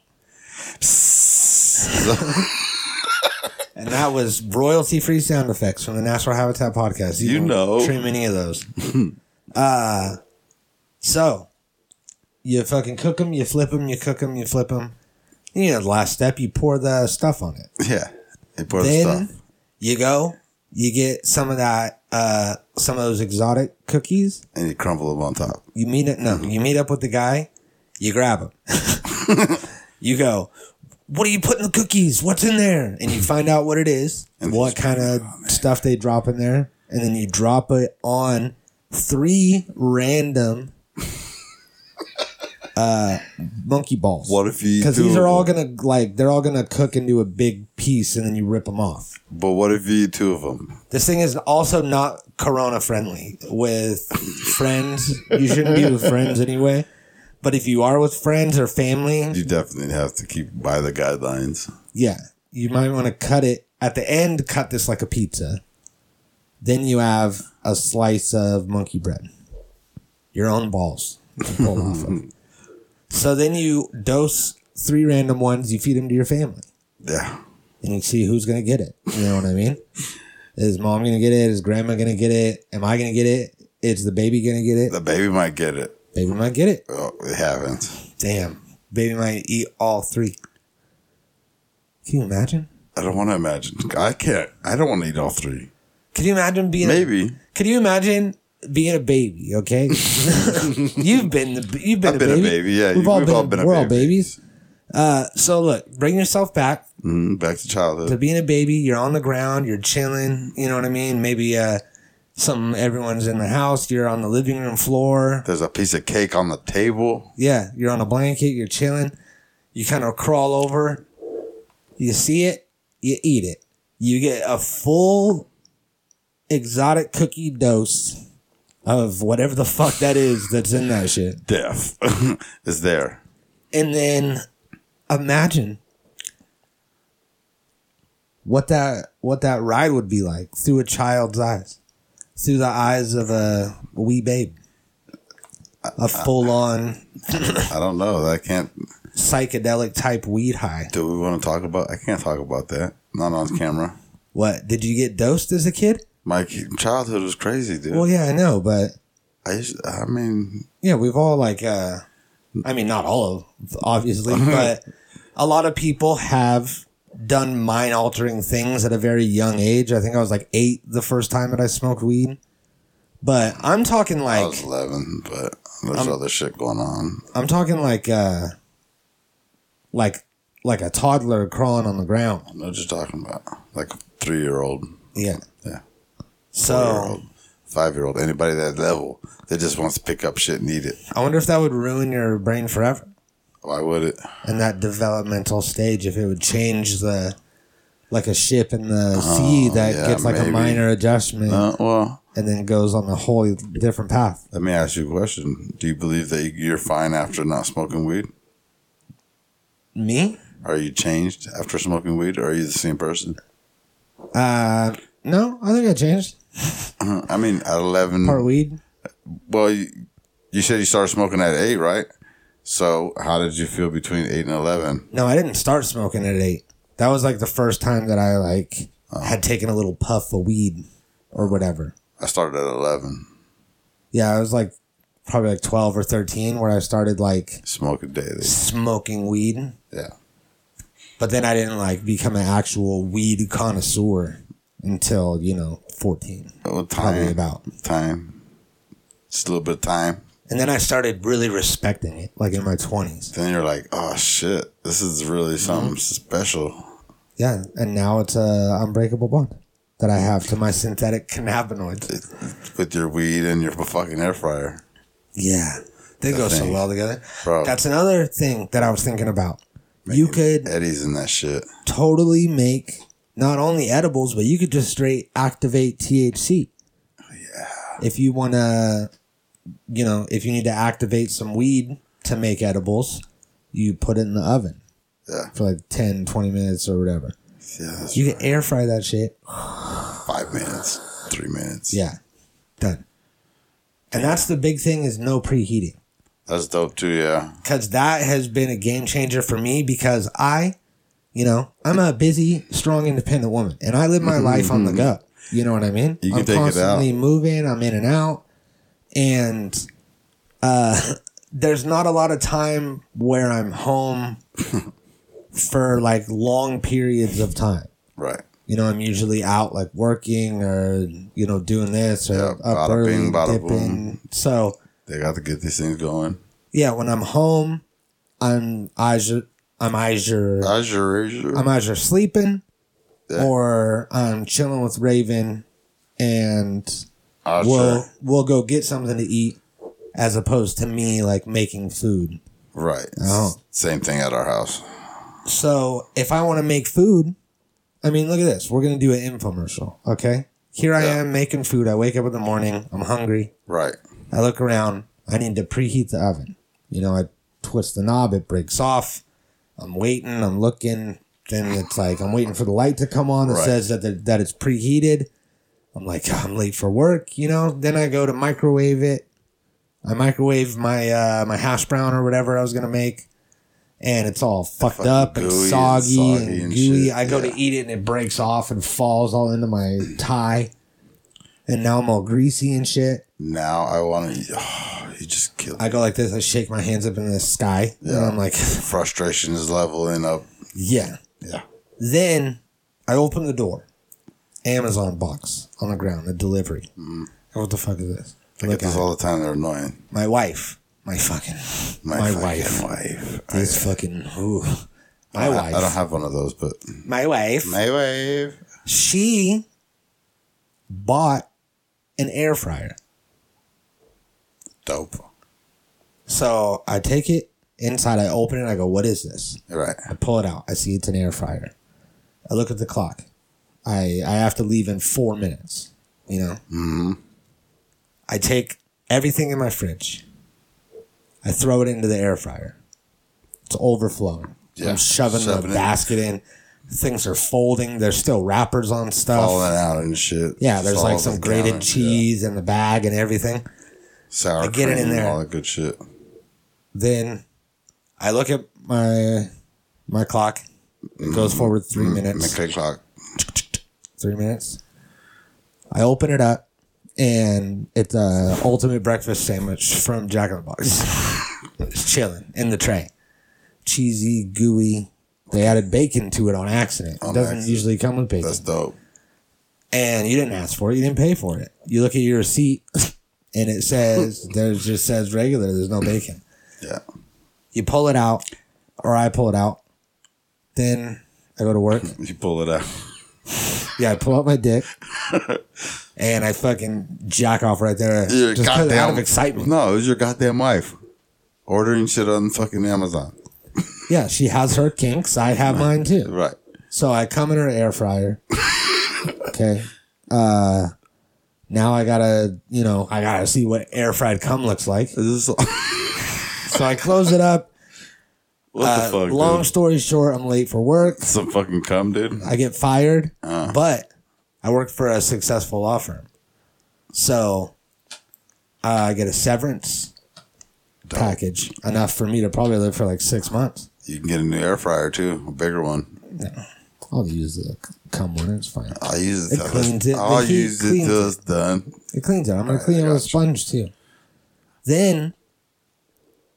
Speaker 3: and that was royalty free sound effects from the Natural Habitat podcast.
Speaker 4: You
Speaker 3: don't
Speaker 4: know.
Speaker 3: Trim any of those. uh, so, you fucking cook them, you flip them, you cook them, you flip them. You know, the last step, you pour the stuff on it.
Speaker 4: Yeah. It pours
Speaker 3: Then
Speaker 4: stuff.
Speaker 3: you go, you get some of that, uh, some of those exotic cookies.
Speaker 4: And you crumble them on top.
Speaker 3: You meet up. No, you meet up with the guy. You grab him. you go. What are you putting the cookies? What's in there? And you find out what it is,
Speaker 4: And
Speaker 3: what
Speaker 4: they
Speaker 3: kind of stuff they drop in there, and then you drop it on three random uh, monkey balls.
Speaker 4: What if you
Speaker 3: Because
Speaker 4: do-
Speaker 3: these are all gonna like they're all gonna cook into a big piece, and then you rip them off.
Speaker 4: But what if you eat two of them?
Speaker 3: This thing is also not corona friendly with friends. You shouldn't be with friends anyway. But if you are with friends or family,
Speaker 4: You definitely have to keep by the guidelines.
Speaker 3: yeah, you might want to cut it at the end, cut this like a pizza. Then you have a slice of monkey bread, your own balls to pull off of. So then you dose three random ones, you feed them to your family.
Speaker 4: Yeah.
Speaker 3: and you see who's gonna get it. You know what I mean? Is mom gonna get it? Is grandma gonna get it? Am I gonna get it? Is the baby gonna get it?
Speaker 4: The baby might get it.
Speaker 3: Baby might get it.
Speaker 4: Oh, it happens.
Speaker 3: Damn, baby might eat all three. Can you imagine?
Speaker 4: I don't want to imagine. I can't. I don't want to eat all three.
Speaker 3: Can you imagine being?
Speaker 4: Maybe.
Speaker 3: Can you imagine being a baby? Okay, you've been the you've been,
Speaker 4: I've been a
Speaker 3: baby.
Speaker 4: baby, yeah.
Speaker 3: we've, all, been,
Speaker 4: a
Speaker 3: we're all
Speaker 4: baby.
Speaker 3: babies. Uh, so look, bring yourself back.
Speaker 4: Mm, back to
Speaker 3: to
Speaker 4: childhood.
Speaker 3: being a baby, you're on the ground, you're chilling, you know what I mean? Maybe uh something everyone's in the house, you're on the living room floor.
Speaker 4: There's a piece of cake on the table.
Speaker 3: Yeah, you're on a blanket, you're chilling. You kind of crawl over. You see it, you eat it. You get a full exotic cookie dose of whatever the fuck that is that's in that shit.
Speaker 4: Death is there.
Speaker 3: And then imagine what that what that ride would be like through a child's eyes, through the eyes of a wee babe, a full on
Speaker 4: I don't know. I can't.
Speaker 3: psychedelic type weed high.
Speaker 4: Do we want to talk about? I can't talk about that. Not on camera.
Speaker 3: What did you get dosed as a kid?
Speaker 4: My ki- childhood was crazy, dude.
Speaker 3: Well, yeah, I know, but
Speaker 4: I used. I mean,
Speaker 3: yeah, we've all like, uh, I mean, not all of obviously, but a lot of people have done mind altering things at a very young age. I think I was like eight the first time that I smoked weed, but I'm talking
Speaker 4: I
Speaker 3: like
Speaker 4: was eleven, but there's other shit going on.
Speaker 3: I'm talking like uh, like like a toddler crawling on the ground.
Speaker 4: I know what you're talking about. Like a three year old,
Speaker 3: Yeah,
Speaker 4: Yeah.
Speaker 3: So.
Speaker 4: five year old, anybody that level that just wants to pick up shit and eat it.
Speaker 3: I wonder if that would ruin your brain forever
Speaker 4: Why would it?
Speaker 3: in that developmental stage if it would change the like a ship in the sea that
Speaker 4: Oh, yeah,
Speaker 3: gets like a
Speaker 4: maybe.
Speaker 3: minor adjustment
Speaker 4: Uh, well,
Speaker 3: and then goes on a whole different path.
Speaker 4: let me ask you a question. Do you believe that you're fine after not smoking weed?
Speaker 3: Me?
Speaker 4: Are you changed after smoking weed, or are you the same person?
Speaker 3: Uh, no, I think I changed.
Speaker 4: I mean, at eleven.
Speaker 3: Part weed.
Speaker 4: Well, you, you said you started smoking at eight, right? So, how did you feel between eight and eleven?
Speaker 3: No, I didn't start smoking at eight. That was like the first time that I like
Speaker 4: Oh.
Speaker 3: had taken a little puff of weed or whatever.
Speaker 4: I started at eleven.
Speaker 3: Yeah, I was like probably like 12 or 13 where I started like
Speaker 4: Smoke it daily.
Speaker 3: smoking weed.
Speaker 4: Yeah.
Speaker 3: But then I didn't like become an actual weed connoisseur until, you know, 14.
Speaker 4: Well,
Speaker 3: Probably
Speaker 4: time.
Speaker 3: about.
Speaker 4: Time. Just a little bit of time.
Speaker 3: And then I started really respecting it, like in my 20s.
Speaker 4: Then you're like, oh shit, this is really
Speaker 3: Mm-hmm.
Speaker 4: something special.
Speaker 3: Yeah. And now it's a unbreakable bond that I have to my synthetic cannabinoids.
Speaker 4: With your weed and your fucking air fryer.
Speaker 3: Yeah. They go so
Speaker 4: thing.
Speaker 3: well together.
Speaker 4: Bro.
Speaker 3: That's another thing that I was thinking about. You could
Speaker 4: Eddie's in that shit.
Speaker 3: totally make not only edibles, but you could just straight activate THC. Yeah. If you want to, you know, if you need to activate some weed to make edibles, you put it in the oven
Speaker 4: Yeah.
Speaker 3: for like 10, 20 minutes or whatever.
Speaker 4: Yeah, that's
Speaker 3: You can air fry that shit.
Speaker 4: five minutes, three minutes.
Speaker 3: Yeah. Done. And that's the big thing is no preheating.
Speaker 4: That's dope too, yeah.
Speaker 3: because that has been a game changer for me because I, you know, I'm a busy, strong, independent woman and I live my life on the go. You know what I mean?
Speaker 4: Mm-hmm, You can
Speaker 3: I'm
Speaker 4: take it out.
Speaker 3: constantly moving, I'm in and out. And uh, there's not a lot of time where I'm home for like long periods of time.
Speaker 4: Right.
Speaker 3: You know, I'm usually out like working or, you know, doing this or
Speaker 4: Yeah,
Speaker 3: up
Speaker 4: bada
Speaker 3: early,
Speaker 4: bing, bada
Speaker 3: dipping.
Speaker 4: boom.
Speaker 3: So,
Speaker 4: They got to get these things going.
Speaker 3: yeah, when I'm home, I'm either I'm either
Speaker 4: Azure, Azure.
Speaker 3: I'm either sleeping or I'm chilling with Raven, and
Speaker 4: Azure.
Speaker 3: we'll we'll go get something to eat, as opposed to me like making food.
Speaker 4: right.
Speaker 3: Oh.
Speaker 4: Same thing at our house.
Speaker 3: So if I want to make food, I mean, look at this. We're gonna do an infomercial. Okay, here I
Speaker 4: Yeah.
Speaker 3: am making food. I wake up in the morning. I'm hungry.
Speaker 4: Right.
Speaker 3: I look around. I need to preheat the oven. You know, I twist the knob, it breaks off. I'm waiting. I'm looking. Then it's like I'm waiting for the light to come on that
Speaker 4: Right.
Speaker 3: says that the, that it's preheated. I'm like "Ah, I'm late for work. You know. Then I go to microwave it. I microwave my uh, my hash brown or whatever I was gonna make, and it's all fucked
Speaker 4: fucking
Speaker 3: up and
Speaker 4: gooey and
Speaker 3: soggy and,
Speaker 4: soggy and
Speaker 3: gooey.
Speaker 4: shit,
Speaker 3: I go
Speaker 4: yeah.
Speaker 3: to eat it and it breaks off and falls all into my tie, and now I'm all greasy and shit.
Speaker 4: Now I want to. Oh, you just killed.
Speaker 3: I go like this. I shake my hands up in the sky, and
Speaker 4: Yeah.
Speaker 3: I'm like,
Speaker 4: Frustration is leveling up.
Speaker 3: yeah.
Speaker 4: Yeah.
Speaker 3: Then I open the door. Amazon box on the ground, a delivery. What the fuck is this?
Speaker 4: Mm. I
Speaker 3: Look
Speaker 4: get this
Speaker 3: at it.
Speaker 4: all the time. They're annoying.
Speaker 3: my wife, my fucking,
Speaker 4: My,
Speaker 3: My
Speaker 4: fucking wife.
Speaker 3: this fucking, ooh, my
Speaker 4: I,
Speaker 3: wife,
Speaker 4: I don't have one of those, but
Speaker 3: my wife.
Speaker 4: my wife.
Speaker 3: She bought an air fryer,
Speaker 4: Dope.
Speaker 3: so I take it inside. I open it. I go, what is this?
Speaker 4: Right.
Speaker 3: I pull it out. I see it's an air fryer. I look at the clock. I I have to leave in four minutes. You know. Mm-hmm. I take everything in my fridge. I throw it into the air fryer. It's overflowing.
Speaker 4: Yeah,
Speaker 3: I'm shoving,
Speaker 4: shoving
Speaker 3: the
Speaker 4: it.
Speaker 3: basket in. Things are folding. There's still wrappers on stuff.
Speaker 4: Falling out and shit.
Speaker 3: yeah,
Speaker 4: Just
Speaker 3: there's
Speaker 4: all
Speaker 3: like
Speaker 4: over
Speaker 3: some
Speaker 4: the
Speaker 3: grated
Speaker 4: counter.
Speaker 3: cheese in the bag and everything.
Speaker 4: Yeah. Sour
Speaker 3: get it
Speaker 4: cream,
Speaker 3: in there.
Speaker 4: all that good shit.
Speaker 3: Then I look at my my clock. It goes forward 3 minutes.
Speaker 4: Make a clock.
Speaker 3: three minutes. I open it up, and it's a ultimate breakfast sandwich from Jack in the Box. it's chilling in the tray, cheesy, gooey. They added bacon to it on accident. It
Speaker 4: On
Speaker 3: doesn't
Speaker 4: accident.
Speaker 3: usually come with bacon.
Speaker 4: That's dope.
Speaker 3: and you didn't ask for it. You didn't pay for it. You look at your receipt, and it says there's just says regular. There's no bacon.
Speaker 4: Yeah.
Speaker 3: You pull it out, or I pull it out. Then I go to work.
Speaker 4: You pull it out.
Speaker 3: Yeah, I pull out my dick and I fucking jack off right there.
Speaker 4: Your
Speaker 3: just 'cause- out
Speaker 4: goddamn-
Speaker 3: of excitement.
Speaker 4: No, it was your goddamn wife ordering shit on fucking Amazon.
Speaker 3: Yeah, she has her kinks. I have mine too.
Speaker 4: Right.
Speaker 3: So I come in her air fryer. Okay. Uh, now I gotta, you know, I gotta see what air fried cum looks like.
Speaker 4: Is this, what
Speaker 3: So I close it up.
Speaker 4: the fuck?
Speaker 3: Uh, Long
Speaker 4: dude?
Speaker 3: story short, I'm late for work.
Speaker 4: Some fucking cum, dude.
Speaker 3: I get fired, but I work for a successful law firm. So uh, I get a severance package, enough for me to probably live for like six months.
Speaker 4: You can get a new air fryer too, a bigger one.
Speaker 3: I'll use the cum one, it's fine.
Speaker 4: I'll use it.
Speaker 3: It
Speaker 4: till-
Speaker 3: cleans it. The
Speaker 4: I'll
Speaker 3: heat
Speaker 4: use it
Speaker 3: cleans
Speaker 4: till it's done.
Speaker 3: It cleans it. I'm going to clean it with a sponge too. Then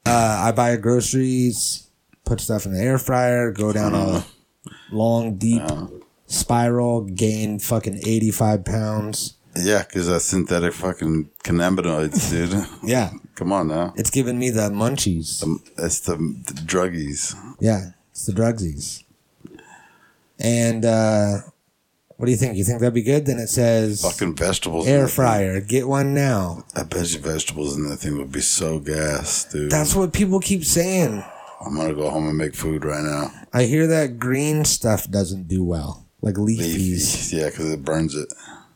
Speaker 3: uh, I buy groceries, put stuff in the air fryer, go down a long, deep spiral, gain fucking 85 pounds.
Speaker 4: Yeah, because that synthetic fucking cannabinoids, dude.
Speaker 3: Yeah.
Speaker 4: Come on now.
Speaker 3: It's giving me the munchies.
Speaker 4: That's the, the druggies.
Speaker 3: Yeah, it's the drugsies. And uh, what do you think? You think that'd be good? Then it says
Speaker 4: Fucking vegetables. in
Speaker 3: air
Speaker 4: that thing.
Speaker 3: fryer. Get one now.
Speaker 4: I bet you vegetables in that thing would be so gas, dude.
Speaker 3: That's what people keep saying.
Speaker 4: I'm gonna go home and make food right now.
Speaker 3: I hear that green stuff doesn't do well, like leafies.
Speaker 4: Leafy. Yeah, because it burns it.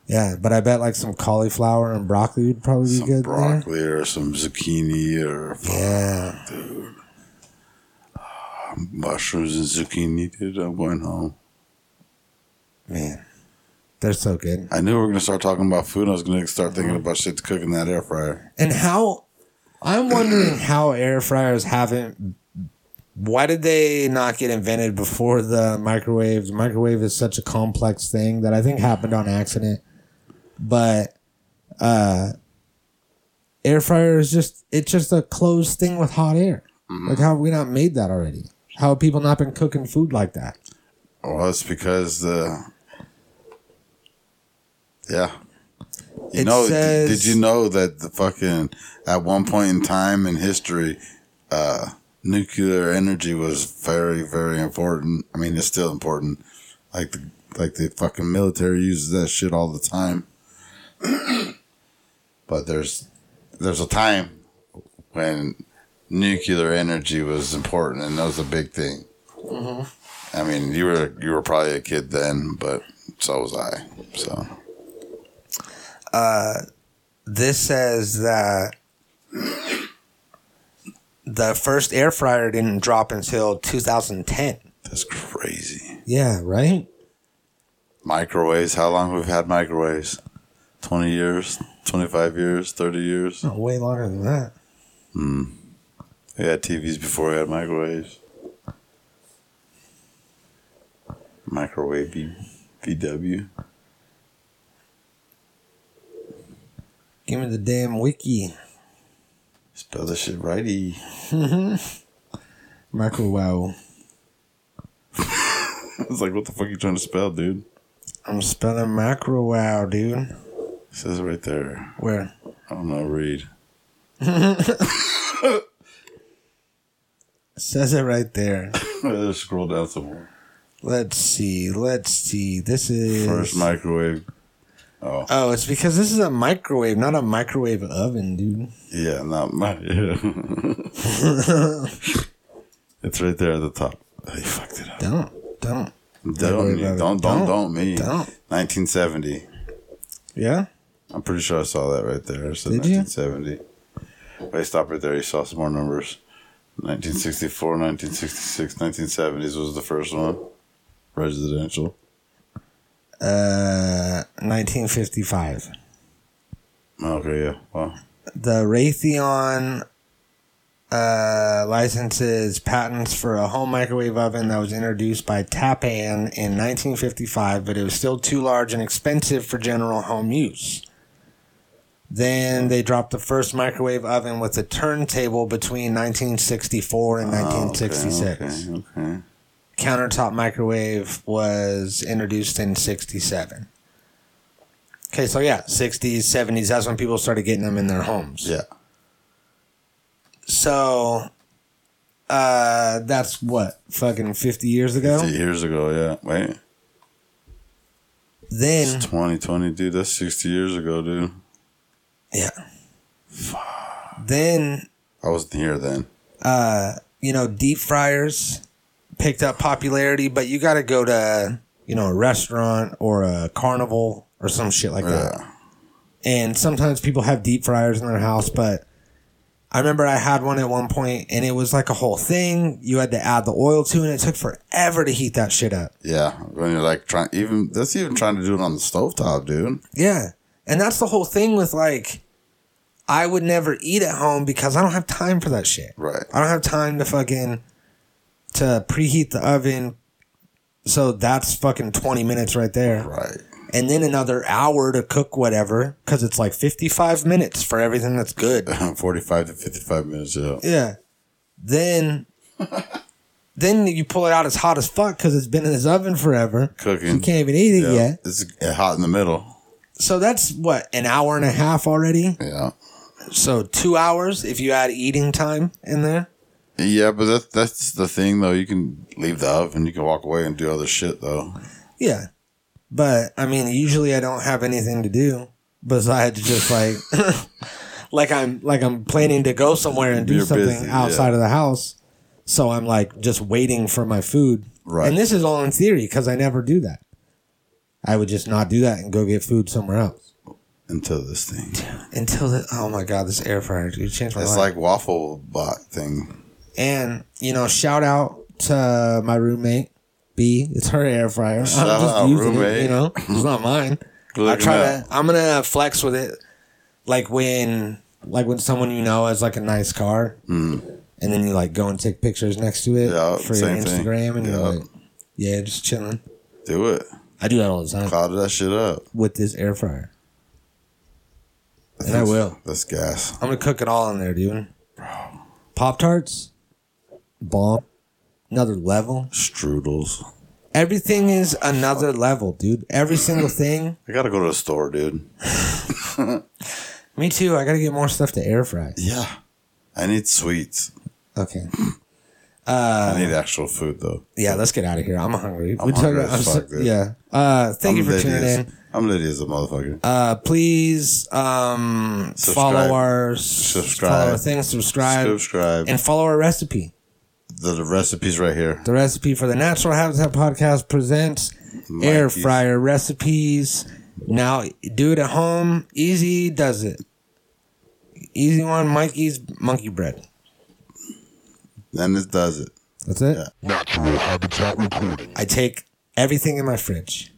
Speaker 3: Yeah, but I bet like some cauliflower and broccoli would probably be
Speaker 4: Some
Speaker 3: good. there.
Speaker 4: broccoli or some zucchini or
Speaker 3: Yeah,
Speaker 4: mushrooms and zucchini, dude. I'm going home.
Speaker 3: man, they're so good.
Speaker 4: I knew we were gonna start talking about food. I was gonna start thinking about shit to cook in that air fryer.
Speaker 3: And how? I'm wondering how air fryers haven't. Why did they not get invented before the microwave? The microwave is such a complex thing that I think happened on accident. But uh air fryer is just it's just a closed thing with hot air.
Speaker 4: Mm-hmm.
Speaker 3: Like how have we not made that already? How have people not been cooking food like that?
Speaker 4: Well, it's because the yeah. You
Speaker 3: It
Speaker 4: know, d-
Speaker 3: says-
Speaker 4: did you know that the fucking at one point in time in history, uh, nuclear energy was very, very important. I mean, it's still important. Like the like the fucking military uses that shit all the time. but there's there's a time when nuclear energy was important, and that was a big thing.
Speaker 3: Mm-hmm.
Speaker 4: I mean, you were you were probably a kid then, but so was I. So
Speaker 3: this says that the first air fryer didn't drop until 2010.
Speaker 4: that's crazy.
Speaker 3: Yeah, right?
Speaker 4: Microwaves. How long we've had microwaves? Twenty years, twenty five years, thirty years.
Speaker 3: No, way longer than that.
Speaker 4: We had TVs before we had microwaves. Microwave V- VW.
Speaker 3: Give me the damn wiki.
Speaker 4: Spell this shit righty.
Speaker 3: Microwave.
Speaker 4: I was like, what the fuck you trying to spell, dude?
Speaker 3: I'm spelling microwave, dude.
Speaker 4: It says it right there.
Speaker 3: Where?
Speaker 4: I don't know. Read.
Speaker 3: It says it right there.
Speaker 4: Let's scroll down some more.
Speaker 3: Let's see. Let's see. This is.
Speaker 4: First microwave.
Speaker 3: oh, it's because this is a microwave, not a microwave oven, dude.
Speaker 4: Yeah, not my. it's right there at the top. Oh, you fucked it up.
Speaker 3: Don't. Don't.
Speaker 4: Don't, me.
Speaker 3: about it.
Speaker 4: don't, don't, don't,
Speaker 3: Don't.
Speaker 4: me.
Speaker 3: Don't.
Speaker 4: 1970.
Speaker 3: Yeah?
Speaker 4: I'm pretty sure I saw that right there. It said
Speaker 3: Did you?
Speaker 4: 1970. Wait, stop right there. You saw some more numbers. 1964, 1966, 1970s was the first one. Residential.
Speaker 3: Uh, 1955.
Speaker 4: Okay, yeah. Wow.
Speaker 3: the Raytheon uh, licenses patents for a home microwave oven that was introduced by Tapan in 1955, but it was still too large and expensive for general home use. Then they dropped the first microwave oven with a turntable between 1964
Speaker 4: Oh,
Speaker 3: and 1966.
Speaker 4: Okay, okay.
Speaker 3: Countertop microwave was introduced in 67. Okay, so yeah, 60s, 70s, that's when people started getting them in their homes.
Speaker 4: Yeah.
Speaker 3: So uh that's what fucking 50 years ago.
Speaker 4: Eight years ago, yeah. Wait.
Speaker 3: Then
Speaker 4: It's 2020, dude. That's 60 years ago, dude.
Speaker 3: yeah. Then uh,
Speaker 4: I wasn't here then.
Speaker 3: you know, deep fryers picked up popularity, but you got to go to, you know, a restaurant or a carnival or some shit like that.
Speaker 4: Yeah.
Speaker 3: and sometimes people have deep fryers in their house but i remember i had one at one point and it was like a whole thing you had to add the oil to and it took forever to heat that shit up
Speaker 4: Yeah. When you're like trying, even that's even trying to do it on the stovetop, dude.
Speaker 3: yeah and that's the whole thing with like i would never eat at home because i don't have time for that shit
Speaker 4: Right.
Speaker 3: i don't have time to fucking to preheat the oven so that's fucking 20 minutes right there
Speaker 4: Right.
Speaker 3: and then another hour to cook whatever because it's like 55 minutes for everything that's good.
Speaker 4: 45 to 55 minutes out.
Speaker 3: Yeah. Then then you pull it out it's hot as fuck because it's been in this oven forever.
Speaker 4: Cooking.
Speaker 3: You can't even eat it
Speaker 4: Yeah.
Speaker 3: yet.
Speaker 4: It's hot in the middle.
Speaker 3: So that's what, an hour and a half already?
Speaker 4: Yeah.
Speaker 3: So two hours if you add eating time in there.
Speaker 4: Yeah, but that's that's the thing though. You can leave the oven, you can walk away and do other shit though.
Speaker 3: Yeah. But I mean, usually I don't have anything to do besides just like like I'm like I'm planning to go somewhere and do
Speaker 4: You're
Speaker 3: something
Speaker 4: busy, yeah.
Speaker 3: outside of the house. So I'm like just waiting for my food.
Speaker 4: Right.
Speaker 3: And this is all in theory cuz I never do that. I would just not do that and go get food somewhere else.
Speaker 4: Until this thing,
Speaker 3: Until the, oh my god, this air fryer dude changed my
Speaker 4: it's
Speaker 3: life.
Speaker 4: like waffle bot thing.
Speaker 3: and you know, shout out to my roommate B. It's her air fryer.
Speaker 4: Shout
Speaker 3: I'm just
Speaker 4: out,
Speaker 3: using it, you
Speaker 4: roommate.
Speaker 3: know, it's not mine. I
Speaker 4: Look
Speaker 3: try
Speaker 4: it
Speaker 3: to.
Speaker 4: up.
Speaker 3: I'm gonna flex with it, like when, like when someone you know has like a nice car, and then you like go and take pictures next to it
Speaker 4: Mm. Yeah,
Speaker 3: for your
Speaker 4: same thing.
Speaker 3: Instagram, and
Speaker 4: Yeah.
Speaker 3: you're like, yeah, just chilling.
Speaker 4: Do it.
Speaker 3: I do that all the time
Speaker 4: Cloud that shit up.
Speaker 3: with this air fryer. And I
Speaker 4: That's-
Speaker 3: will.
Speaker 4: That's gas.
Speaker 3: I'm gonna cook it all in there, dude. Pop tarts, bomb, another level.
Speaker 4: Strudels.
Speaker 3: Everything is another level, dude. Every single thing.
Speaker 4: I gotta go to the store, dude.
Speaker 3: Me too. I gotta get more stuff to air fry.
Speaker 4: Yeah. I need sweets.
Speaker 3: Okay. Uh-huh.
Speaker 4: I need actual food though.
Speaker 3: Yeah, let's get out of here. I'm hungry.
Speaker 4: I'm
Speaker 3: We took-
Speaker 4: hungry as
Speaker 3: so-
Speaker 4: fuck, dude.
Speaker 3: yeah. Uh, thank you
Speaker 4: I'm
Speaker 3: for
Speaker 4: Liddy
Speaker 3: tuning
Speaker 4: as-
Speaker 3: in.
Speaker 4: I'm Liddy as a motherfucker.
Speaker 3: Uh, please um,
Speaker 4: Subscribe.
Speaker 3: follow our
Speaker 4: Subscribe.
Speaker 3: follow our thing, subscribe,
Speaker 4: Subscribe.
Speaker 3: and follow our recipe.
Speaker 4: the, the recipe's right here.
Speaker 3: The recipe for the Natural Habitat Podcast presents air
Speaker 4: Mikey's.
Speaker 3: fryer recipes. Now, do it at home. Easy does it. Easy one, Mikey's monkey bread.
Speaker 4: Then it does it.
Speaker 3: That's it.
Speaker 1: Natural habitat recording.
Speaker 3: I take everything in my fridge.